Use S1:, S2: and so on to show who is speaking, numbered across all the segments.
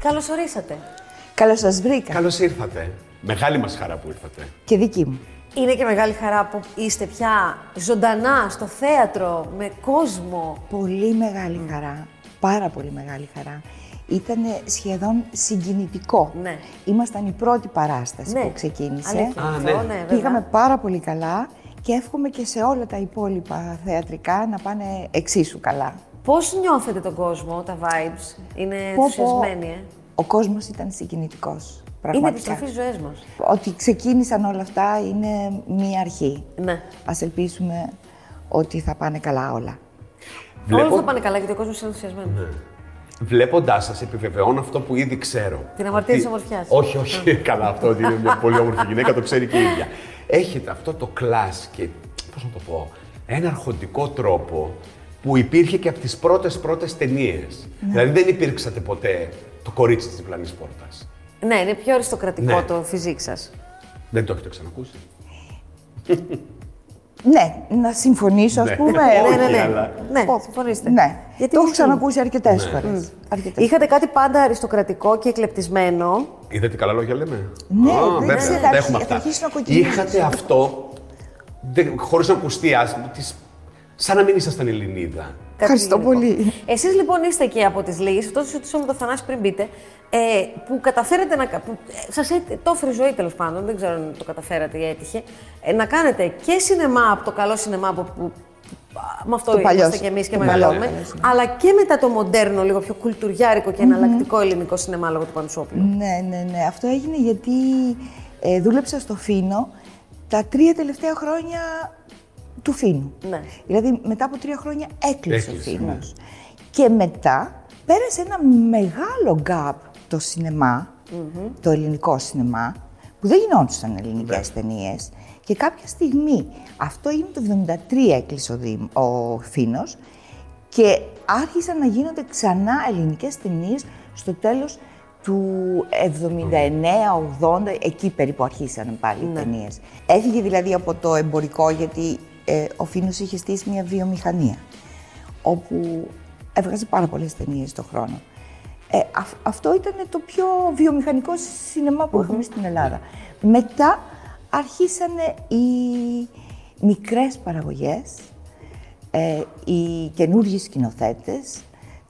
S1: Καλώς ορίσατε.
S2: Καλώς σας βρήκα.
S3: Καλώς ήρθατε. Μεγάλη μας χαρά που ήρθατε.
S2: Και δική μου.
S1: Είναι και μεγάλη χαρά που είστε πια ζωντανά στο θέατρο, με κόσμο.
S2: Πολύ μεγάλη χαρά. Πάρα πολύ μεγάλη χαρά. Ήταν σχεδόν συγκινητικό.
S1: Ναι.
S2: Ήμασταν η πρώτη παράσταση
S1: Ναι.
S2: που ξεκίνησε.
S1: Αλήθεια
S3: Α,
S1: αυτό,
S3: ναι.
S1: ναι, βέβαια.
S2: Πήγαμε πάρα πολύ καλά και εύχομαι και σε όλα τα υπόλοιπα θεατρικά να πάνε εξίσου καλά.
S1: Πώς νιώθετε τον κόσμο, τα vibes, είναι
S2: Πω, πω,
S1: ενθουσιασμένοι, ε.
S2: Ο κόσμος ήταν συγκινητικός.
S1: Είναι
S2: Πραγματικά.
S1: επιστροφή ζωές μας.
S2: Ότι ξεκίνησαν όλα αυτά είναι μία αρχή.
S1: Ναι.
S2: Ας ελπίσουμε ότι θα πάνε καλά όλα.
S1: Όλα θα πάνε καλά γιατί ο κόσμος είναι ενθουσιασμένος.
S3: Ναι. Βλέποντάς σας, επιβεβαιώνω αυτό που ήδη ξέρω.
S1: Την αμαρτία
S3: Ότι-
S1: της ομορφιάς.
S3: Όχι, όχι. καλά, αυτό ότι είναι μια πολύ όμορφη γυναίκα, το ξέρει και η ίδια. Έχετε αυτό το κλασ και. Πώς να το πω. Ένα αρχοντικό τρόπο που υπήρχε και από τις πρώτες πρώτες ταινίες. Δηλαδή δεν υπήρξατε ποτέ το κορίτσι της διπλανής πόρτας.
S1: Ναι, είναι πιο αριστοκρατικό
S3: Ναι.
S1: το φυσικ σας.
S3: Δεν το έχετε ξανακούσει.
S2: Ναι, να συμφωνήσω,
S3: Ναι.
S2: ας πούμε.
S3: Όχι,
S1: ναι, ναι.
S3: αλλά-
S1: Ναι,
S2: Πω,
S1: συμφωνήστε.
S2: Ναι.
S1: Γιατί
S2: το έχω
S1: δεν
S2: ξανακούσει αρκετές
S3: Ναι.
S2: φορές.
S1: Είχατε κάτι πάντα αριστοκρατικό και εκλεπτισμένο.
S3: Είδατε καλά λόγια λέμε.
S2: Ναι,
S3: Α,
S2: δεν
S3: βέβαια,
S2: ξέρω,
S3: τα
S2: θα
S3: έχουμε
S2: αρχί- θα
S3: αυτά.
S2: αρχίσουν να κοκκινίζουν.
S3: Είχατε αυτό, δε, χωρίς να ακουστεί, ας, της, σαν να μην ήσασταν Ελληνίδα.
S1: Κάτι
S2: Ευχαριστώ
S1: γενικό.
S2: πολύ.
S1: Εσείς λοιπόν είστε και από τις λίγες, αυτό το ρωτήσω με το Θανάσης πριν μπείτε, ε, που καταφέρετε να... κα- Που, ε, σας έτ- το έφερε η ζωή τέλος πάντων, δεν ξέρω αν το καταφέρατε ή έτυχε, ε, να κάνετε και σινεμά από το καλό σινεμά που, που με αυτό
S2: Το παλιό
S1: είμαστε
S2: σι-
S1: κι εμείς και
S2: το παλιό,
S1: μεγαλώνουμε,
S2: ναι, ναι, ναι.
S1: αλλά και μετά το μοντέρνο, λίγο πιο κουλτουριάρικο και εναλλακτικό ελληνικό σινεμά λόγω του Πανουσόπουλου.
S2: Ναι, ναι, ναι. Αυτό έγινε γιατί ε, δούλεψα στο Φίνο τα τρία τελευταία χρόνια του Φίνου.
S1: Ναι.
S2: Δηλαδή μετά από τρία χρόνια έκλεισε,
S3: Έκλεισε,
S2: ο Φίνος. Και μετά πέρασε ένα μεγάλο gap το σινεμα το ελληνικό σινεμά, που δεν γινόντουσαν ελληνικές ταινίες. Και κάποια στιγμή, αυτό έγινε το 73 έκλεισε ο, Δήμ, ο Φίνος και άρχισαν να γίνονται ξανά ελληνικές ταινίες στο τέλος του 79-80, εκεί περίπου αρχίσαν πάλι οι ταινίες. Έφυγε δηλαδή από το εμπορικό γιατί ε, ο Φίνος είχε στήσει μια βιομηχανία όπου έβγαζε πάρα πολλές ταινίες το χρόνο. Ε, αυ- αυτό ήταν το πιο βιομηχανικό σινεμά που είχαμε στην Ελλάδα. Μετά αρχίσανε οι μικρές παραγωγές, ε, οι καινούργιοι σκηνοθέτες,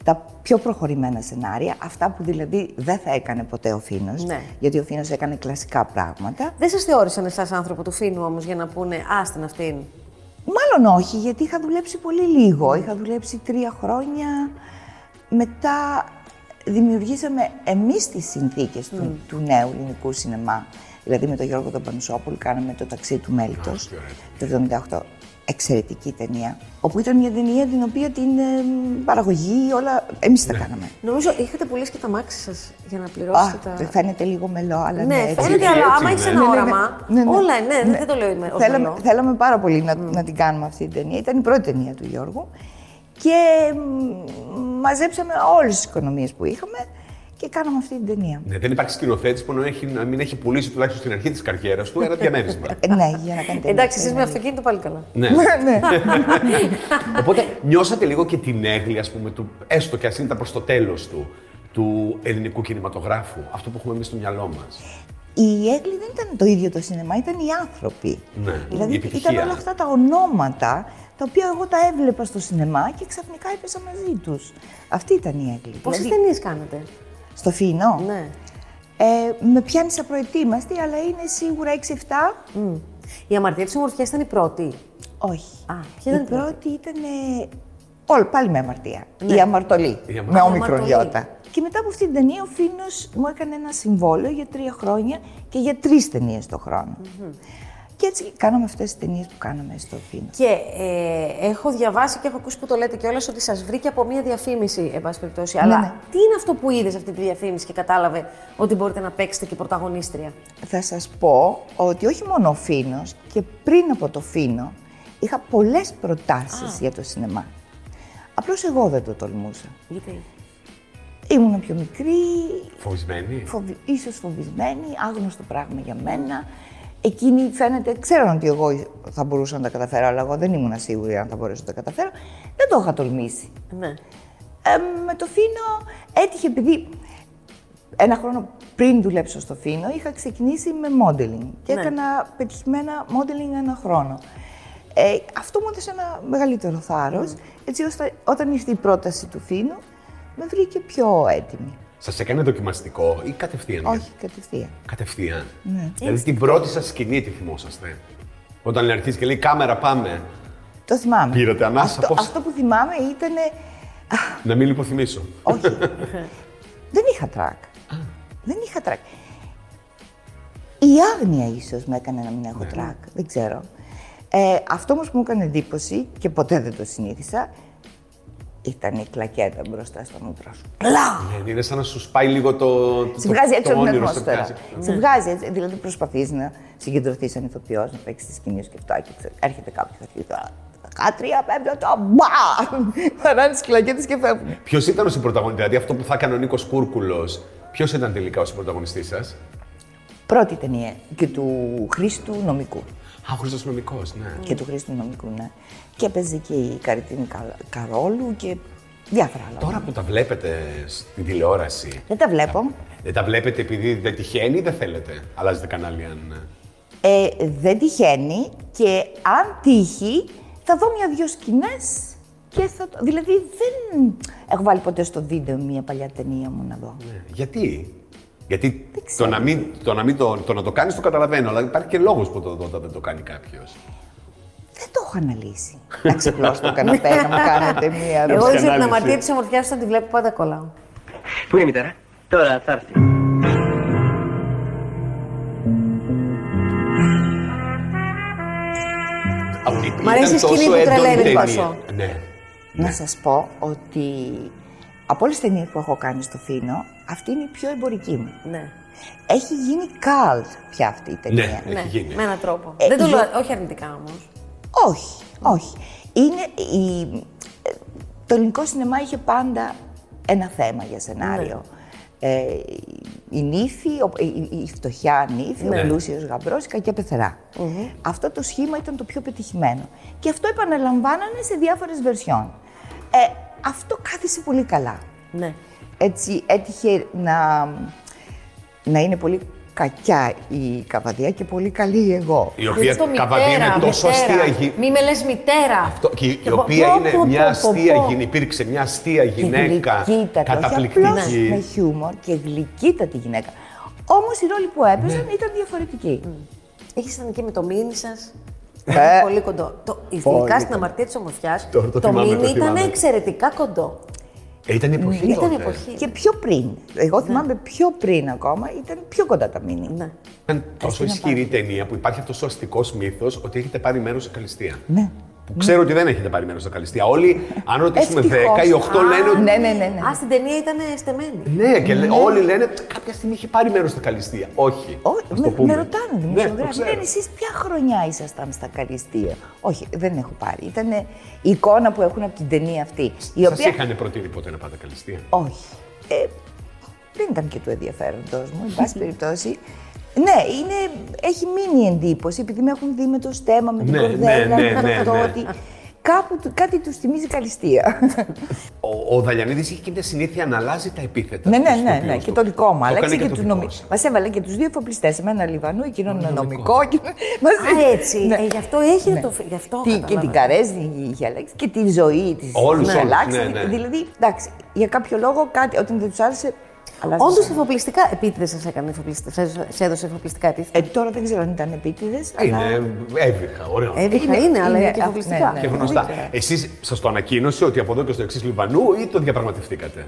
S2: τα πιο προχωρημένα σενάρια, αυτά που δηλαδή δεν θα έκανε ποτέ ο Φίνος,
S1: Ναι.
S2: γιατί ο Φίνος έκανε κλασικά πράγματα.
S1: Δεν σας θεώρησαν εσάς άνθρωπο του Φίνου όμως για να πούνε «Άστην αυτήν».
S2: Μάλλον όχι, γιατί είχα δουλέψει πολύ λίγο. Είχα δουλέψει τρία χρόνια. Μετά δημιουργήσαμε εμείς τις συνθήκες του,
S1: Mm.
S2: του νέου ελληνικού σινεμά. Δηλαδή με τον Γιώργο τον Πανουσόπουλο κάναμε το ταξί του Μέλιτος, το 78. Εξαιρετική ταινία. Όπου ήταν μια ταινία την οποία την εμ, παραγωγή, όλα εμείς
S1: Ναι.
S2: τα κάναμε.
S1: Νομίζω είχατε πουλήσει και τα μάξι σας για να
S2: Α,
S1: πληρώσετε τα...
S2: φαίνεται λίγο μελό, αλλά ναι,
S1: Ναι,
S2: έτσι.
S1: φαίνεται,
S3: είναι,
S1: αλλά
S3: έτσι
S1: άμα
S3: είναι.
S1: έχει ένα
S3: Ναι,
S2: ναι, ναι.
S1: όραμα.
S2: Ναι, ναι.
S1: Όλα, ναι, δεν το λέω είμαι. ως
S2: Θέλαμε,
S1: μελό.
S2: θέλαμε πάρα πολύ να, να την κάνουμε αυτή την ταινία. Ήταν η πρώτη ταινία του Γιώργου. Και μ, μαζέψαμε όλες τις οικονομίες που είχαμε και κάναμε αυτή την ταινία.
S3: Ναι, δεν υπάρχει σκηνοθέτης που να, έχει, να μην έχει πουλήσει τουλάχιστον στην αρχή της καριέρας του ένα διαμέρισμα.
S2: Ε, ναι, για να κάνει ταινία.
S1: Εντάξει,
S2: είναι
S1: εσεί με αυτοκίνητο πάλι καλά.
S3: ναι.
S2: ναι.
S3: Οπότε νιώσατε λίγο και την έγκλη, ας πούμε, του, έστω και α είναι προς το τέλος του, του ελληνικού κινηματογράφου. Αυτό που έχουμε εμείς στο μυαλό μας.
S2: Η Έγκλη δεν ήταν το ίδιο το σινεμά, ήταν οι άνθρωποι.
S3: Ναι, η
S2: δηλαδή
S3: επιτυχία.
S2: ήταν όλα αυτά τα ονόματα τα οποία εγώ τα έβλεπα στο σινεμά και ξαφνικά έπεσα μαζί τους. Αυτή ήταν η Έγκλη.
S1: Πόσες
S2: Δηλαδή,
S1: ταινίες κάνετε.
S2: στο Φινό.
S1: Ναι.
S2: Ε, με πιάνεις απροετοίμαστη, αλλά είναι σίγουρα 6-7.
S1: Μμ. Η αμαρτία της ομορφιάς ήταν η πρώτη.
S2: Όχι.
S1: Α, ποια ήταν
S2: η
S1: η πρώτη? Ναι.
S2: πρώτη ήταν. Όλη πάλι με αμαρτία. Η αμαρτωλή.
S3: Η αμαρτωλή.
S2: Με όμικρον
S1: Αμαρτωλή.
S2: γιώτα. Και μετά από αυτήν την ταινία, ο Φίνο μου έκανε ένα συμβόλαιο για τρία χρόνια και για τρεις ταινίες το χρονο Και έτσι κάναμε αυτές τις ταινίες που κάναμε στο Φίνο.
S1: Και ε, έχω διαβάσει και έχω ακούσει που το λέτε κιόλας ότι σας βρήκε από μία διαφήμιση, εν πάση περιπτώσει. Αλλά
S2: ναι.
S1: τι είναι αυτό που είδες αυτή τη διαφήμιση και κατάλαβε ότι μπορείτε να παίξετε και πρωταγωνίστρια.
S2: Θα σας πω ότι όχι μόνο ο Φίνος και πριν από το Φίνο είχα πολλές προτάσεις για το σινεμά. Απλώς εγώ δεν το τολμούσα.
S1: Γιατί.
S2: Ήμουν πιο μικρή,
S3: Φοβισμένοι.
S2: φοβη, ίσως φοβισμένη, άγνωστο πράγμα για μένα. Εκείνοι φαίνεται, ξέραν ότι εγώ θα μπορούσα να τα καταφέρω, αλλά εγώ δεν ήμουν σίγουρη αν θα μπορέσω να τα καταφέρω. Δεν το είχα τολμήσει.
S1: Ναι.
S2: Ε, με το Φίνο έτυχε επειδή ένα χρόνο πριν δουλέψω στο Φίνο, είχα ξεκινήσει με modeling και
S1: Ναι.
S2: έκανα πετυχημένα modeling ένα χρόνο. Ε, αυτό μου έδωσε ένα μεγαλύτερο θάρρος, έτσι ώστε όταν ήρθε η πρόταση του Φίνου, με βρήκε πιο έτοιμη.
S3: Σας έκανε δοκιμαστικό ή κατευθείαν.
S2: Όχι, κατευθείαν.
S3: Κατευθείαν.
S2: Ναι.
S3: Δηλαδή την πρώτη σας σκηνή τη θυμόσαστε. Όταν λέει αρχίζει και λέει Κάμερα, πάμε.
S2: Το θυμάμαι.
S3: Πήρατε ανάσα,
S2: αυτό,
S3: πώς-
S2: αυτό που θυμάμαι ήταν.
S3: Να μην υποθυμίσω.
S2: Όχι. Δεν είχα τρακ. Δεν είχα τρακ. Η άγνοια ίσως με έκανε να μην έχω
S3: Ναι.
S2: τρακ. Δεν ξέρω. Ε, αυτό όμως που μου έκανε εντύπωση και ποτέ δεν το συνήθισα ήταν η κλακέτα μπροστά στα μούτρα σου. Πλά!
S3: Ναι, είναι σαν να σου σπάει λίγο το. το
S2: Σε βγάζει έτσι ο πνευμός
S3: σε
S2: τώρα.
S3: βγάζει. Ναι.
S2: Σε βγάζει έτσι. Δηλαδή προσπαθείς να συγκεντρωθείς σαν ηθοποιός, να παίξεις τη σκηνή σου και αυτά. Και ξέρω, έρχεται κάποιος και αρχίζει. «Α, Χάτρια, πέμπτο, το μπα! Παράνε τις κλακέτες και φεύγουν.
S3: Ποιος ήταν ο συμπροταγωνιστή, δηλαδή αυτό που θα έκανε ο Νίκος Κούρκουλο, ποιος ήταν τελικά ο συμπροταγωνιστής σας.
S2: Πρώτη ταινία και του Χρήστου Νομικού.
S3: Α, ο Χρυσοσυνομικό, ναι.
S2: Και του Χρήστου Νομικού, ναι. Και παίζει και η Καριτίνη Κα- Καρόλου και διάφορα άλλα.
S3: Τώρα που τα βλέπετε στην τηλεόραση,
S2: Δεν τα βλέπω.
S3: δεν τα βλέπετε επειδή δεν τυχαίνει ή δεν θέλετε. Αλλάζετε κανάλι αν.
S2: Ε, δεν τυχαίνει και αν τύχει θα δω μια-δυο σκηνές και θα το... Δηλαδή δεν έχω βάλει ποτέ στο βίντεο μια παλιά ταινία μου να δω.
S3: Ναι. Γιατί. Γιατί το
S2: ξέρω.
S3: να, μην, το, να μην το, το, να το κάνεις το καταλαβαίνω, αλλά υπάρχει και λόγος που το, το- δεν το κάνει κάποιος.
S2: Δεν το έχω αναλύσει. Να ξεπλώσω στο καναπέ να μου κάνετε μια
S1: Εγώ
S3: Ε, σε
S1: είσαι την
S3: ανάλυση.
S1: αμαρτία της ομορφιάς όταν τη βλέπω πάντα κολλάω.
S4: Πού είναι η μητέρα? Τώρα θα έρθει.
S1: Μ' αρέσει η σκηνή που τρελαίνει τόσο.
S3: Ναι.
S2: Να σας πω ότι από όλες τις ταινίες που έχω κάνει στο Φίνο, αυτή είναι η πιο εμπορική μου.
S1: Ναι.
S2: Έχει γίνει cult πια αυτή η ταινία.
S3: Ναι. Έχει
S1: ναι.
S3: γίνει.
S1: Με έναν τρόπο.
S2: Ε,
S1: Δεν το
S2: για-
S1: λέω, όχι αρνητικά όμως.
S2: Όχι, όχι. Είναι η... ε, Το ελληνικό σινεμά είχε πάντα ένα θέμα για σενάριο. Ε, η νύφη, ο- η, η- η φτωχιά νύφη,
S3: Ναι.
S2: ο πλούσιος γαμπρός, η κακιά πεθερά. Αυτό το σχήμα ήταν το πιο πετυχημένο. Και αυτό επαναλαμβάνανε σε διάφορες βερσιόν. Ε, αυτό κάθισε πολύ καλά
S1: Ναι.
S2: έτσι έτυχε να, να είναι πολύ κακιά η καβαδία και πολύ καλή εγώ.
S3: Η οποία
S1: Χριστό,
S3: καβαδία
S1: μητέρα,
S3: είναι τόσο
S1: μητέρα.
S3: αστεία γη-
S1: Μη με λες μητέρα.
S3: Αυτό, και η, η
S1: πω,
S3: οποία
S1: πω,
S3: είναι
S1: πω,
S3: μια
S1: πω,
S3: αστεία
S1: πω.
S3: γυναίκα, υπήρξε μια αστεία γυναίκα
S2: και γλυκύτατη, όχι απλώς με
S1: Ναι,
S3: καταπληκτική.
S2: χιούμορ και γλυκύτατη γυναίκα. Όμως οι ρόλοι που έπαιζαν
S3: Ναι.
S2: ήταν διαφορετικοί.
S1: Είχε ήταν εκεί με το μήνυ σας.
S2: Ε.
S1: πολύ κοντό. Το,
S2: Πολύ
S1: ειδικά στην
S2: κοντό.
S1: αμαρτία της ομορφιάς,
S3: Τώρα το θυμάμαι, το
S1: μήνυ ήταν
S3: θυμάμαι.
S1: εξαιρετικά κοντό.
S3: Ε, ήταν η εποχή
S1: Ναι, Ήταν
S3: τότε.
S1: η εποχή.
S2: Και πιο πριν,
S3: Ναι.
S2: εγώ θυμάμαι πιο πριν ακόμα, ήταν πιο κοντά τα μήνυ.
S1: Ναι.
S3: Ήταν τόσο ισχυρή η ταινία που υπάρχει αυτός ο αστικός μύθος ότι έχετε πάρει μέρος σε καλυστία.
S2: Ναι.
S3: Που ξέρω ότι δεν έχετε πάρει μέρος σε καλυστία. Όλοι, αν ρωτήσουμε 10,
S2: Ευτυχώς.
S3: οι 8 λένε ότι.
S2: Ναι, ναι, ναι. ναι.
S1: Α, στην ταινία ήταν στεμένη.
S3: Ναι, και λέ- όλοι λένε κάποια στιγμή είχε πάρει μέρος στα καλυστία. Όχι.
S2: Όχι,
S3: ας το
S2: με,
S3: πούμε.
S2: με ρωτάνε
S3: Ναι, το
S2: δημοσιογράφοι.
S3: ξέρω.
S2: λένε εσείς ποια χρονιά ήσασταν στα Καριστία. Όχι, δεν έχω πάρει. Ήταν η εικόνα που έχουν από την ταινία αυτή. Η
S3: Σας
S2: οποία.
S3: είχαν προτείνει ποτέ να πάτε καλυστία.
S2: Όχι. Ε, δεν ήταν και του ενδιαφέροντό μου, εν πάση περιπτώσει. Ναι, είναι, έχει μείνει η εντύπωση, επειδή με έχουν δει με το στέμα, με την
S3: Ναι,
S2: κορδέλα,
S3: ναι, ναι,
S2: με
S3: ναι,
S2: αυτό
S3: ναι.
S2: ότι κάπου του- κάτι τους θυμίζει Καλιστία.
S3: Ο, ο Δαλιανίδης είχε και μια συνήθεια να αλλάζει τα επίθετα.
S2: Ναι, ναι,
S3: στους
S2: ναι, ναι.
S3: ηθοποιούς
S2: Και
S3: του.
S2: το δικό μου.
S3: έκανε
S2: Άλλαξε
S3: και
S2: και,
S3: το
S2: του
S3: δικό
S2: νομι...
S3: σας.
S2: Μας έβαλε και τους δύο εφοπλιστές. Εμένα Λιβανού, εκείνον ένα νομικό.
S3: νομικό.
S2: και- Μας...
S1: Α, έτσι. Ε, γι' αυτό έχει το φι- γι' αυτό
S2: Ναι. Τι, και
S1: καταλάβαμε.
S2: την Καρέζη είχε αλλάξει και τη ζωή της.
S3: Όλους, όλους,
S2: αλλάξει.
S3: ναι, ναι.
S2: Δηλαδή, εντάξει, για κάποιο λόγο κάτι, όταν δεν τους άρεσε. αλλάζεις.
S1: Όντως εφοπλιστικά επίτηδες σας έκανε εφοπλιστικά. σας- Σε έδωσε εφοπλιστικά επίθεση.
S2: Ε, τώρα δεν ξέρω αν ήταν επίτηδες.
S3: Ε, Είναι έβριχα, ωραίο.
S1: Έβριχα
S2: είναι-
S1: είναι, αλλά
S2: είναι
S1: είναι και
S2: αυ-
S1: εφοπλιστικά.
S2: ναι, ναι.
S3: και γνωστά. Εσείς σας το ανακοίνωσε ότι από εδώ και στο εξής Λιβανού ή το διαπραγματευτήκατε.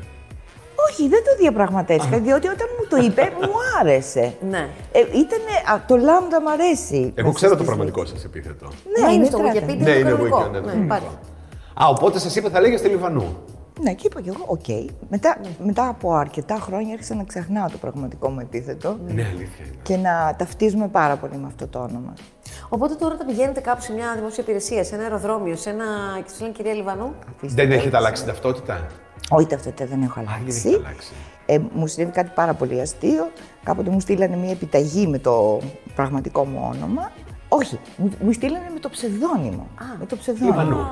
S2: Όχι, δεν το διαπραγματεύτηκα, διότι όταν μου το είπε, μου άρεσε.
S1: Ναι.
S2: Ε, ήτανε, α, το λάμδα μ' αρέσει.
S3: Εγώ
S2: να
S3: ξέρω το
S2: συστήσω.
S3: πραγματικό σας επίθετο.
S2: Ναι,
S1: είναι
S2: είναι
S1: στο
S2: τράτα.
S1: Wikipedia.
S3: Ναι,
S1: το
S3: είναι εγώ
S1: κανονικό.
S3: και ναι,
S1: Ναι,
S3: κανονικό.
S1: υπάρχει.
S3: Α, οπότε σας είπε θα λέγεστε Λιβανού.
S2: Ναι, και είπα κι εγώ, οκ. Μετά, μετά από αρκετά χρόνια άρχισα να ξεχνάω το πραγματικό μου επίθετο
S3: Ναι, αλήθεια είναι.
S2: και να ταυτίζουμε πάρα πολύ με αυτό το όνομα.
S1: Οπότε τώρα όταν πηγαίνετε κάπου σε μια δημόσια υπηρεσία, σε ένα αεροδρόμιο, σε ένα. και σου λένε κυρία Λιβανού.
S2: Αφήστε
S3: Δεν
S2: το
S3: έχετε
S2: έτσι.
S3: αλλάξει ταυτότητα.
S2: Όχι, ταυτότητα δεν έχω
S3: δεν
S2: αλλάξει.
S3: έχετε αλλάξει.
S2: Ε, μου συνέβη κάτι πάρα πολύ αστείο. Κάποτε μου στείλανε μια επιταγή με το πραγματικό μου όνομα. Όχι, μου, μου στείλανε με το ψευδόνυμο. με το ψευδόνυμο.
S3: Λιβανού.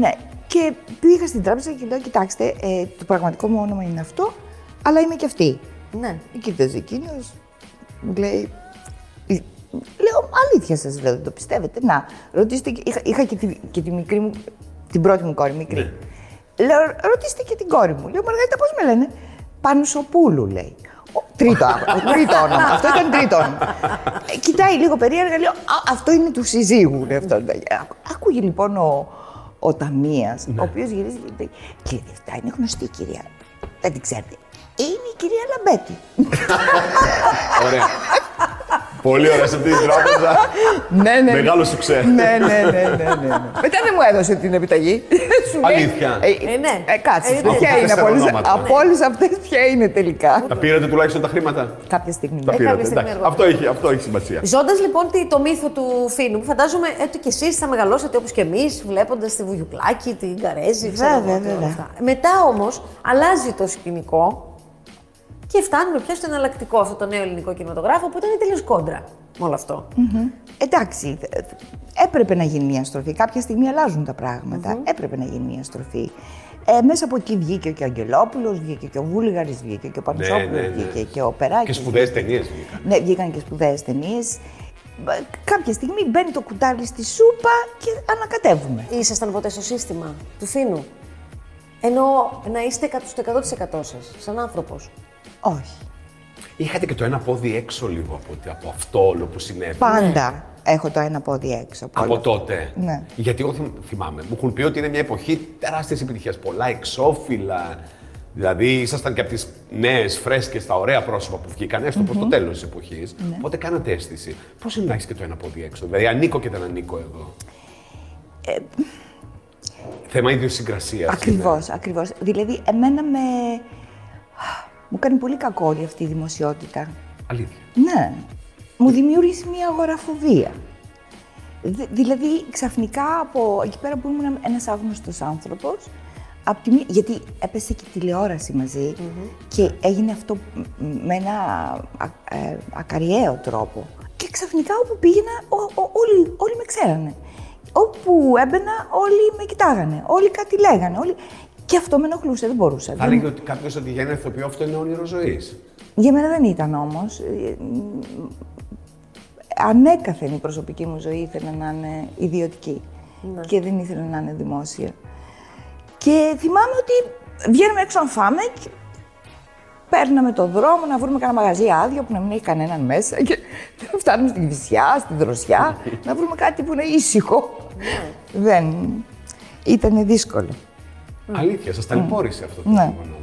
S2: Ναι. Και πήγα στην τράπεζα και λέω: Κοιτάξτε, ε, το πραγματικό μου όνομα είναι αυτό, αλλά είμαι και αυτή.
S1: Ναι.
S2: Και κοίταζε εκείνος, μου λέει. «Ε, Λέω, αλήθεια σας λέω, δεν το πιστεύετε. Να, ρωτήστε. και- Είχα, είχα και, τη, και τη μικρή μου, την πρώτη μου κόρη, μικρή. Λέω, ρωτήστε και την κόρη μου. Λέω, Μαργαρίτα, πώς με λένε. Πανουσοπούλου, λέει. Ο- Τρίτο, άγρο- τρίτο όνομα. Αυτό ήταν τρίτο όνομα. Ε, Κοιτάει λίγο περίεργα, λέω, «Α, αυτό είναι του συζύγου. λέει, αυτό. είναι». Άκου- Άκουγε λοιπόν ο, ο Ταμίας, ο οποίος γυρίζει και λέει, Κύριε, αυτά είναι γνωστή η κυρία. Δεν την ξέρετε. Είναι η κυρία Λαμπέτη.
S3: Ωραία. Πολύ ωραία σε αυτή την τράπεζα.
S2: ναι, ναι.
S3: Μεγάλο σου ξέρει.
S2: ναι, ναι, ναι, ναι, ναι, ναι. Μετά δεν μου έδωσε την επιταγή. Σου λέει,
S3: Αλήθεια.
S1: Ε, ναι.
S2: Ε, Ναι. κάτσε.
S1: Ε, ναι.
S2: ποια
S3: Από
S2: είναι
S3: τέσσερα
S2: από όλες,
S3: ονόματα.
S2: από όλες αυτές, ποια είναι τελικά.
S3: Τα πήρατε τουλάχιστον τα χρήματα.
S2: Κάποια στιγμή.
S3: Τα
S2: ναι.
S1: κάποια
S3: πήρατε.
S1: στιγμή
S3: εντάξει.
S1: αργότερα.
S3: Αυτό έχει, αυτό έχει σημασία.
S1: Ζώντας λοιπόν τι- το μύθο του Φίνου, που φαντάζομαι ε, ότι κι εσείς θα μεγαλώσατε όπως και εμείς, βλέποντας τη Βουγιουκλάκη, την Καρέζη, ξέρω
S2: Βέβαια,
S1: εγώ, τι όλα
S2: βέβαια.
S1: αυτά. Μετά όμως αλλάζει το σκηνικό και φτάνουμε πια στο εναλλακτικό, αυτό το νέο ελληνικό κινηματογράφο που ήταν τελείως κόντρα με όλο αυτό.
S2: Εντάξει, ε, έπρεπε να γίνει μια στροφή. Κάποια στιγμή αλλάζουν τα πραγματα Έπρεπε να γίνει μια στροφή. Ε, μέσα από εκεί βγήκε και ο Αγγελόπουλος, βγήκε και ο Βούλγαρης, βγήκε και ο Παντσόπουλος,
S3: ναι, ναι.
S2: βγήκε και ο Περάκης.
S3: Και σπουδαίες ταινίες βγήκαν.
S2: Ναι, βγήκαν και σπουδαίες ταινίες. Κάποια στιγμή μπαίνει το κουτάλι στη σούπα και ανακατεύουμε.
S1: Ήσασταν ποτέ στο σύστημα του Φίνου. Ενώ να είστε 100% στο 100% σας, σαν άνθρωπος.
S2: Όχι.
S3: Είχατε και το ένα πόδι έξω λίγο από, ότι- από αυτό όλο που συνέβη.
S2: Πάντα έχω το ένα πόδι έξω. από
S3: Από
S2: όλα.
S3: τότε.
S2: Ναι.
S3: Γιατί εγώ θυμ- θυμάμαι, μου έχουν πει ότι είναι μια εποχή τεράστια επιτυχία. Πολλά εξώφυλλα. Δηλαδή ήσασταν και από τις νέες, φρέσκες, τα ωραία πρόσωπα που βγήκαν, έστω προς το τέλος της εποχής.
S2: Ναι.
S3: Οπότε κάνατε αίσθηση. Πώς είναι να έχει και το ένα πόδι έξω. Δηλαδή ανήκω και δεν ανήκω εδώ.
S2: Ε,
S3: Θέμα ιδιοσυγκρασίας.
S2: Ακριβώς, ακριβώς. Δηλαδή, εμένα με... Μου κάνει πολύ κακό όλη αυτή η δημοσιότητα.
S3: Αλήθεια.
S2: Ναι. Μου δημιούργησε μια αγοραφοβία. Δε- δηλαδή, ξαφνικά από εκεί πέρα που ήμουν ένας άγνωστος άνθρωπος, απ' τη μία- γιατί έπεσε και η τηλεόραση μαζί και έγινε αυτό μ- με ένα α- ε, ακαριαίο τρόπο. Και ξαφνικά όπου πήγαινα, ο- ο- όλοι, όλοι με ξέρανε. Όπου έμπαινα, όλοι με κοιτάγανε. Όλοι κάτι λέγανε. Όλοι... Και αυτό με ενοχλούσε, δεν μπορούσα.
S3: Θα
S2: Δεν-
S3: έλεγε ότι κάποιος ότι για ένα ηθοποιό αυτό είναι όνειρο ζωής.
S2: για μένα δεν ήταν όμως. Ε, μ, Ανέκαθεν η προσωπική μου ζωή ήθελα να είναι ιδιωτική και δεν ήθελα να είναι δημόσια. Και θυμάμαι ότι βγαίναμε έξω να φάμε και παίρναμε το δρόμο να βρούμε κανένα μαγαζί άδειο που να μην έχει κανέναν μέσα και να φτάνουμε στην Βυσιά, στην Δροσιά, να βρούμε κάτι που είναι ήσυχο. Δεν... Ήταν δύσκολο.
S3: Αλήθεια, σας ταλαιπώρησε αυτό το
S2: Ναι.
S3: γεγονός.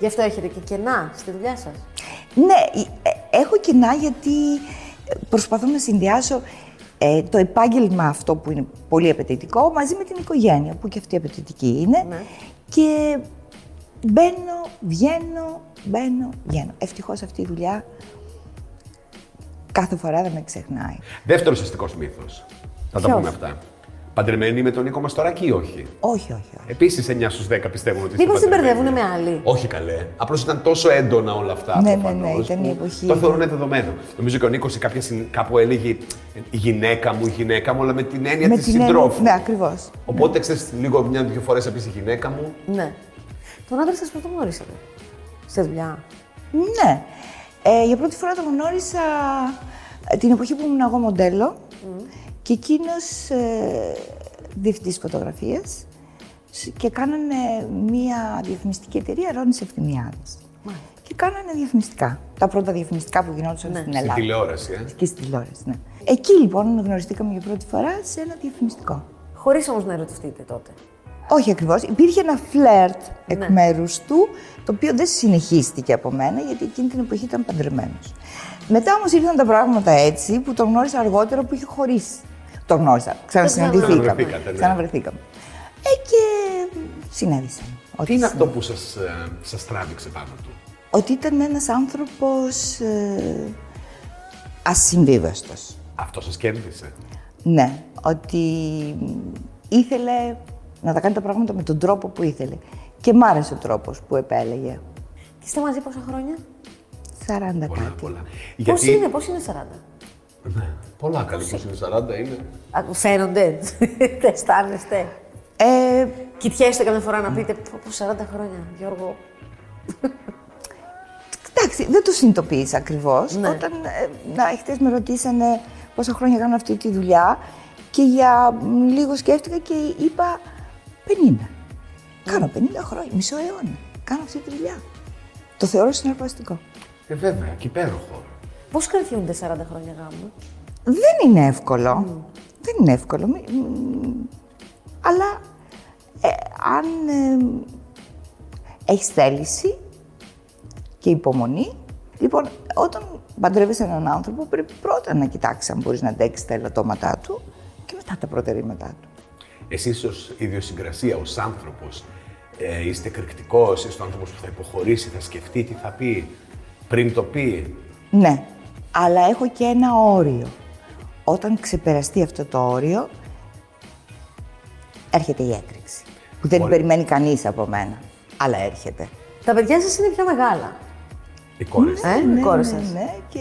S1: Γι' αυτό έχετε και κενά στη δουλειά σας.
S2: Ναι, ε, ε, έχω κοινά γιατί προσπαθώ να συνδυάσω ε, το επάγγελμα αυτό που είναι πολύ απαιτητικό μαζί με την οικογένεια που και αυτή απαιτητική είναι
S3: Ναι.
S2: και μπαίνω, βγαίνω, μπαίνω, βγαίνω. Ευτυχώς αυτή η δουλειά κάθε φορά δεν με ξεχνάει.
S3: Δεύτερος αστικός μύθος. Θα τα
S1: Ποιος?
S3: πούμε αυτά. Παντρεμένη με τον Νίκο Μαστοράκη ή όχι.
S2: Όχι, όχι, όχι.
S3: Επίσης 9 στου 10 πιστεύουν ότι. είστε
S1: Μήπως την
S3: παντρεμένοι.
S1: μπερδεύουνε με άλλη.
S3: Όχι καλέ. Απλώς ήταν τόσο έντονα όλα αυτά.
S2: Ναι, ναι,
S3: προφανώς,
S2: ναι, ήταν η
S3: που
S2: εποχή.
S3: Το θεωρούν δεδομένο. Νομίζω και ο Νίκος κάπου έλεγε η γυναίκα μου, η γυναίκα μου, αλλά με την έννοια τη
S2: έννοια-
S3: συντρόφου.
S2: Ναι, ακριβώς.
S3: Οπότε ξέρεις λίγο μια-δυο φορές θα πεις η γυναίκα μου.
S1: Ναι. Τον άντρα σας που τον γνωρίσατε. Σε δουλειά.
S2: Ναι. Ε, για πρώτη φορά τον γνώρισα ε, την εποχή που ήμουν εγώ μοντέλο και εκείνος ε, διευθυντής φωτογραφίας σ- και κάνανε μία διαφημιστική εταιρεία Ρόνης Ευθυμιάδης. Και κάνανε διαφημιστικά. Τα πρώτα διαφημιστικά που γινόντουσαν στην
S3: Στην
S2: Ελλάδα.
S3: τηλεόραση, ε.
S2: Και στην τηλεόραση, ναι. Εκεί λοιπόν γνωριστήκαμε για πρώτη φορά σε ένα διαφημιστικό.
S1: Χωρίς όμως να ερωτηθείτε τότε.
S2: Όχι ακριβώς. Υπήρχε ένα φλερτ εκ
S3: Ναι.
S2: μέρους του, το οποίο δεν συνεχίστηκε από μένα, γιατί εκείνη την εποχή ήταν παντρεμένος. Μετά όμως ήρθαν τα πράγματα έτσι, που τον γνώρισα αργότερα που είχε χωρίσει. Τον γνώρισα. Ξανασυναντηθήκαμε.
S3: Ξαναβρεθήκατε, ναι.
S2: Ξαναβρεθήκαμε. Ε, και συνέβησαν. Ό,τι
S3: Τι είναι
S2: συνέβη.
S3: αυτό που σας, ε, σας τράβηξε πάνω του.
S2: Ότι ήταν ένας άνθρωπος ε, ασυμβίβαστος.
S3: Αυτό σας κέρδισε.
S2: Ναι, ότι ήθελε να τα κάνει τα πράγματα με τον τρόπο που ήθελε. Και μ' άρεσε ο τρόπος που επέλεγε.
S1: Και είστε μαζί πόσα χρόνια.
S2: 40
S3: Πολλά,
S2: κάτι.
S3: πολλά.
S1: Πώς είναι, πώς είναι 40.
S3: Ναι, πολλά καλή πώς είναι 40 είναι.
S1: Α, Φαίνονται, τα αισθάνεστε.
S2: Ε, Ναι.
S1: Κοιτιέστε καμιά φορά να πείτε πω, πω, 40 χρόνια, Γιώργο.
S2: εντάξει, Εντάξει, δεν το συνειδητοποιείς ακριβώς. Όταν ε, να, χτες με ρωτήσανε πόσα χρόνια κάνω αυτή τη δουλειά και για μ, λίγο σκέφτηκα και είπα 50. Κάνω 50 χρόνια, μισό αιώνα. Κάνω αυτή τη δουλειά. Το θεωρώ συναρπαστικό.
S3: Ε, βέβαια, και υπέροχο.
S1: Πώς κρατιούνται 40 χρόνια γάμου.
S2: Δεν είναι εύκολο. Δεν είναι εύκολο. Μη- μ, Αλλά ε, αν ε, έχεις θέληση και υπομονή, λοιπόν, όταν παντρεύεις έναν άνθρωπο, πρέπει πρώτα να κοιτάξεις αν μπορείς να αντέξεις τα ελαττώματά του και μετά τα προτερήματά του.
S3: Εσείς ως ιδιοσυγκρασία, ως άνθρωπος, ε, είστε εκρηκτικός, είστε ο άνθρωπος που θα υποχωρήσει, θα σκεφτεί τι θα πει, πριν το πει.
S2: Ναι, αλλά έχω και ένα όριο. Όταν ξεπεραστεί αυτό το όριο, έρχεται η έκρηξη. Που δεν την
S3: Πολύ.
S2: περιμένει κανείς από μένα, αλλά έρχεται.
S1: Τα παιδιά σας είναι πιο μεγάλα.
S3: Η κόρη σας.
S1: Ε, ναι, κόρη
S2: ναι,
S1: σας.
S2: ναι, και,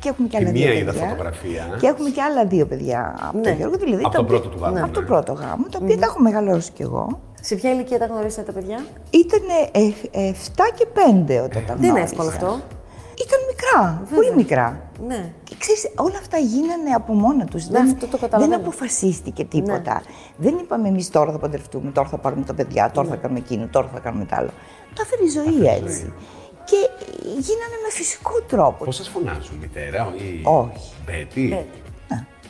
S2: και έχουμε και
S3: Τη
S2: άλλα δύο παιδιά.
S3: μία είδα φωτογραφία.
S2: Και έχουμε και άλλα δύο παιδιά από
S1: Ναι.
S2: τον Γιώργο. Δηλαδή,
S3: Από
S2: τα
S3: τον
S2: οποία-
S3: πρώτο του γάμο,
S2: Από
S3: ναι.
S2: τον πρώτο γάμο, τα οποία τα έχω μεγαλώσει κι εγώ.
S1: Σε ποια ηλικία τα γνωρίσατε τα παιδιά.
S2: Ήταν 7 και 5 όταν τα γνώρισα.
S1: Δεν είναι εύκολο αυτό.
S2: Ήταν μικρά, πολύ μικρά.
S1: Ναι.
S2: Και ξέρεις, όλα αυτά γίνανε από μόνα τους.
S1: Ναι, αυτό το καταλαβαίνω.
S2: δεν αποφασίστηκε τίποτα. Δεν είπαμε εμείς τώρα θα παντρευτούμε, τώρα θα πάρουμε τα παιδιά, τώρα θα κάνουμε εκείνο, τώρα θα κάνουμε τ' άλλο. Τα έφερε η ζωή έτσι. Και γίνανε με φυσικό τρόπο.
S3: Πώς σας φωνάζουν, μητέρα ή
S2: Όχι.
S3: Μπέτη.
S1: Μπέτη.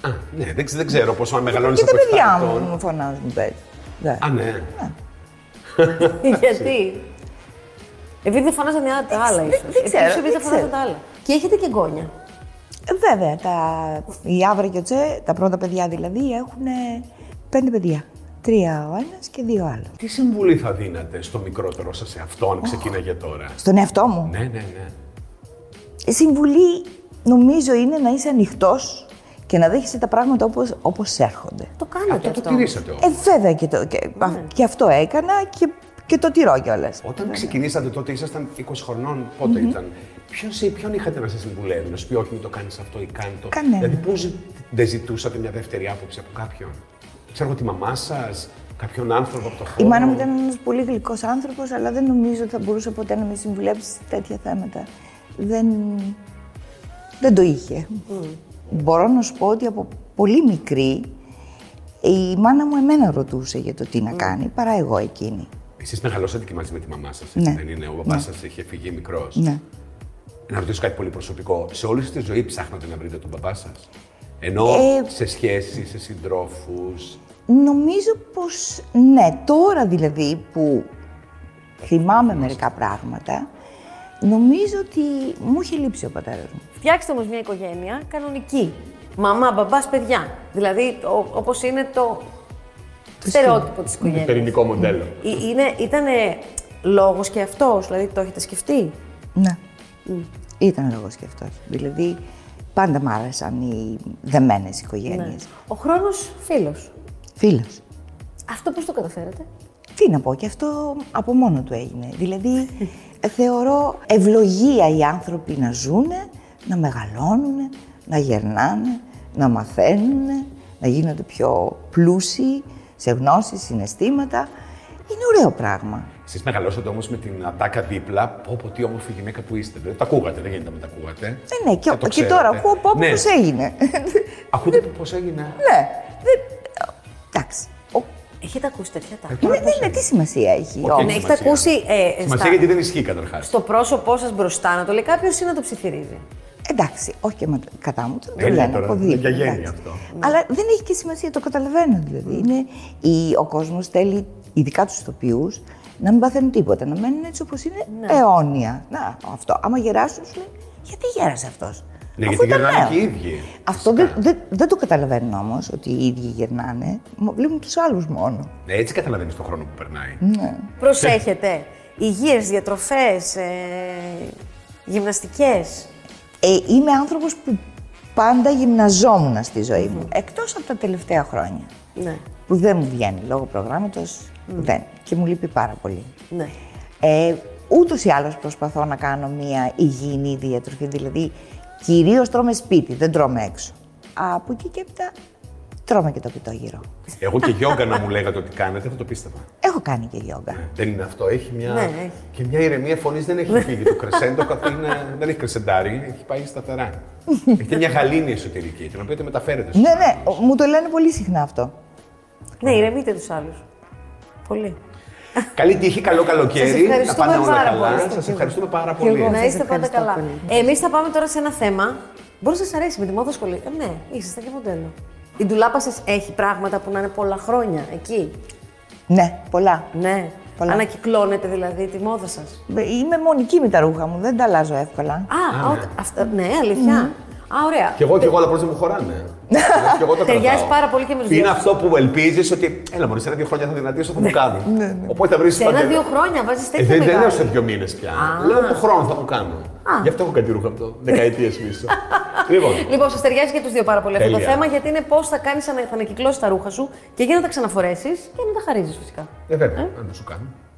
S3: Α, ναι, δεν, ξε- δεν ξέρω πόσο αν μεγαλώνεις
S2: Και τα
S3: από
S2: παιδιά
S3: 7
S2: μου
S3: ετών.
S2: μου φωνάζουν παιδί. Ναι.
S3: Α, ναι.
S1: Γιατί. Επειδή δεν φωνάζαν οι άλλα- τα άλλα,
S2: δεν-
S1: ίσως.
S2: δεν ξέρω,
S1: Επειδή
S2: δεν
S1: δεν φωνάζαν
S2: ξέρω.
S1: τα άλλα. Και έχετε και γκόνια.
S2: Ε, Βέβαια, τα... η Άβρα και ο Τσε, τα πρώτα παιδιά δηλαδή, έχουν πέντε παιδιά. Τρία ο ένας και δύο άλλο.
S3: Τι συμβουλή θα δίνατε στο μικρότερο σας εαυτό, αν ξεκίναγε τώρα.
S2: Στον εαυτό μου.
S3: Ναι, ναι, ναι.
S2: Η συμβουλή νομίζω είναι να είσαι ανοιχτός και να δέχεσαι τα πράγματα όπως, όπως έρχονται.
S1: Το κάνετε
S3: Αυτό το
S1: αυτό.
S3: τηρήσατε όμως.
S2: Ε, βέβαια και, το, και, α,
S3: Ναι.
S2: και αυτό έκανα και, και το τηρώ κιόλα.
S3: Όταν ξεκινήσατε τότε, ήσασταν 20 χρονών, πότε ήταν. Ποιος ή ποιον είχατε να σα συμβουλεύει, να σου πει Όχι, μην το κάνεις αυτό ή κάνει το.
S2: Κανέναν.
S3: Δηλαδή, πώς δεν ζητούσατε μια δεύτερη άποψη από κάποιον. Ξέρω εγώ τη μαμά σας, κάποιον άνθρωπο από το χώρο.
S2: Η μάνα μου ήταν ένας πολύ γλυκός άνθρωπος, αλλά δεν νομίζω ότι θα μπορούσε ποτέ να με συμβουλέψει σε τέτοια θέματα. Δεν, δεν το είχε. Μπορώ να σου πω ότι από πολύ μικρή η μάνα μου εμένα ρωτούσε για το τι να κάνει, παρά εγώ εκείνη.
S3: Εσείς μεγαλώσατε και μαζί με τη μαμά σας.
S2: Ναι.
S3: Δεν είναι, ο παπάς σας είχε φύγει μικρός.
S2: Ναι.
S3: Να ρωτήσω κάτι πολύ προσωπικό. Σε όλη σας τη ζωή ψάχνατε να βρείτε τον παπά σας. Ενώ
S2: Ε,
S3: σε σχέσεις, σε συντρόφους.
S2: Νομίζω πως ναι, τώρα δηλαδή που θυμάμαι μερικά πράγματα, νομίζω ότι μου είχε λείψει ο πατέρας μου.
S1: Φτιάξτε όμως μια οικογένεια κανονική. Μαμά, μπαμπάς, παιδιά. Δηλαδή, όπως είναι το Ναι, στερεότυπο της οικογένεια.
S3: Ελληνικό μοντέλο.
S1: Είναι, ήταν λόγος και αυτός, δηλαδή το έχετε σκεφτεί.
S2: Ναι. Ήταν λόγος και αυτός. Δηλαδή, πάντα μ' άρεσαν οι δεμένες
S1: Ε,
S2: οικογένειες.
S1: Ναι. Ο χρόνος φίλος.
S2: Φίλος.
S1: Αυτό πώς το καταφέρατε.
S2: Τι να πω, και αυτό από μόνο του έγινε. Δηλαδή, θεωρώ ευλογία οι άνθρωποι να ζουν, να μεγαλώνουν, να γερνάνε, να μαθαίνουν, να γίνονται πιο πλούσιοι σε γνώσεις, συναισθήματα. Είναι ωραίο πράγμα.
S3: Εσείς μεγαλώσατε όμως με την ατάκα δίπλα. Πω, πω, τι όμορφη γυναίκα που είστε. Δεν τα ακούγατε, δεν γίνεται να μην τα ακούγατε.
S2: Ε, ναι, και,
S3: Θα το
S2: και
S3: ξέρατε.
S2: τώρα ακούω πω
S3: Ναι.
S2: ναι. πώς έγινε.
S3: Ακούτε πώς έγινε.
S2: ναι, δεν... Εντάξει. Ο...
S1: Έχετε ακούσει τέτοια τα.
S2: Ναι, ναι, ναι, τι σημασία έχει
S3: Όχι,
S2: όμως.
S1: Ναι, έχετε
S3: σημασία.
S1: ακούσει. ε,
S3: Σημασία
S1: στα-
S3: γιατί δεν ισχύει καταρχάς.
S1: Στο πρόσωπό σας μπροστά να το λέει κάποιος ή να το ψιθυρίζει.
S2: Εντάξει, όχι και μα- κατά μου, το, το
S3: Γένεια
S2: λένε
S3: τώρα,
S2: από δίπλα.
S3: για γένεια
S2: εντάξει.
S3: αυτό.
S2: Αλλά δεν έχει και σημασία, το καταλαβαίνω δηλαδή. Είναι, η, ο κόσμος θέλει, ειδικά τους ηθοποιούς, να μην παθαίνουν τίποτα, να μένουν έτσι όπως είναι αιώνια. Να, αυτό. Άμα γεράσουν, σου λέει, γιατί γέρασε αυτός.
S3: Ναι, γιατί γερνάνε και οι ίδιοι.
S2: Αυτό δεν, δεν, δεν το καταλαβαίνουν όμως ότι οι ίδιοι γερνάνε. Μ- Βλέπουν τους άλλους μόνο.
S3: Ναι, έτσι καταλαβαίνεις τον χρόνο που περνάει.
S2: Ναι.
S1: Προσέχετε. ε, Υγείες, διατροφές, γυμναστικές.
S2: Ε, είμαι άνθρωπος που πάντα γυμναζόμουν στη ζωή μου. Εκτός Εκτός από τα τελευταία χρόνια.
S1: Ναι.
S2: που δεν μου βγαίνει λόγω προγράμματος, δεν. Και μου λείπει πάρα πολύ.
S1: ναι.
S2: Ε, ούτως ή άλλως προσπαθώ να κάνω μια υγιεινή διατροφή, δηλαδή κυρίως τρώμε σπίτι, δεν τρώμε έξω. Από εκεί και έπειτα τρώμε και το πιτό γύρω.
S3: Εγώ και γιόγκα να μου λέγατε ότι κάνετε, θα το πίστευα.
S2: Έχω κάνει και γιόγκα.
S3: Δεν είναι αυτό. Έχει μια.
S1: Ναι, έχει.
S3: Και μια ηρεμία φωνής δεν έχει φύγει. το κρεσέντο καθ' είναι... δεν έχει κρεσεντάρι, έχει πάει σταθερά. Έχετε μια γαλήνη εσωτερική, την οποία τη μεταφέρετε. στους
S2: Ναι, ναι,
S3: άλλους.
S2: μου το λένε πολύ συχνά αυτό.
S1: Ναι, ηρεμείτε τους άλλους. Πολύ.
S3: Καλή τύχη, καλό
S1: Σας
S3: καλοκαίρι. Να
S1: ευχαριστούμε
S3: πάνε όλα
S1: πάρα πολύ
S3: καλά.
S1: στο
S3: Σα
S1: κύριο.
S3: ευχαριστούμε πάρα
S2: Και εγώ.
S3: πολύ.
S1: Να
S2: σας
S1: είστε πάντα
S2: ευχαριστώ
S1: καλά.
S2: πολύ.
S1: Εμείς θα πάμε τώρα σε ένα θέμα. Μπορεί να σας αρέσει με τη μόδα σχολή. Ε, ναι, ήσασταν και μοντέλο. Η ντουλάπα σα έχει πράγματα που να είναι πολλά χρόνια εκεί.
S2: Ναι, πολλά.
S1: Ναι.
S2: Πολλά.
S1: Ανακυκλώνετε δηλαδή τη μόδα σας.
S2: Είμαι μονική με τα ρούχα μου, δεν τα αλλάζω εύκολα.
S1: Α, α, αυτά, ναι, αλήθεια. Α, ωραία.
S3: Κι εγώ κι εγώ, αλλά πρόσεχε μου χωράνε. Κι εγώ τα
S1: Ταιριάζει
S3: κρατάω.
S1: πάρα πολύ και με τους
S3: Είναι
S1: δύο.
S3: αυτό που ελπίζεις ότι. Έλα, μόλι σε ένα-δύο χρόνια θα δυνατήσω, θα μου κάνουν. Οπότε θα βρεις.
S1: ναι, Σε ένα-δύο χρόνια βάζεις
S3: Ε,
S1: τέτοια
S3: δεν
S1: μεγάλη.
S3: τελειώσω σε δύο μήνες πια. Λέω το χρόνο θα μου κάνω. Γι' αυτό έχω κάτι ρούχα από το δεκαετίες πίσω. λοιπόν,
S1: Λοιπόν, σας ταιριάζει και τους δύο πάρα πολύ αυτό το
S3: Τέλεια.
S1: θέμα, γιατί είναι πώς θα κάνεις να θα ανακυκλώσεις τα ρούχα σου και για να τα ξαναφορέσεις και να τα χαρίζεις φυσικά.
S3: ε, βέβαια, αν δεν σου κάνω.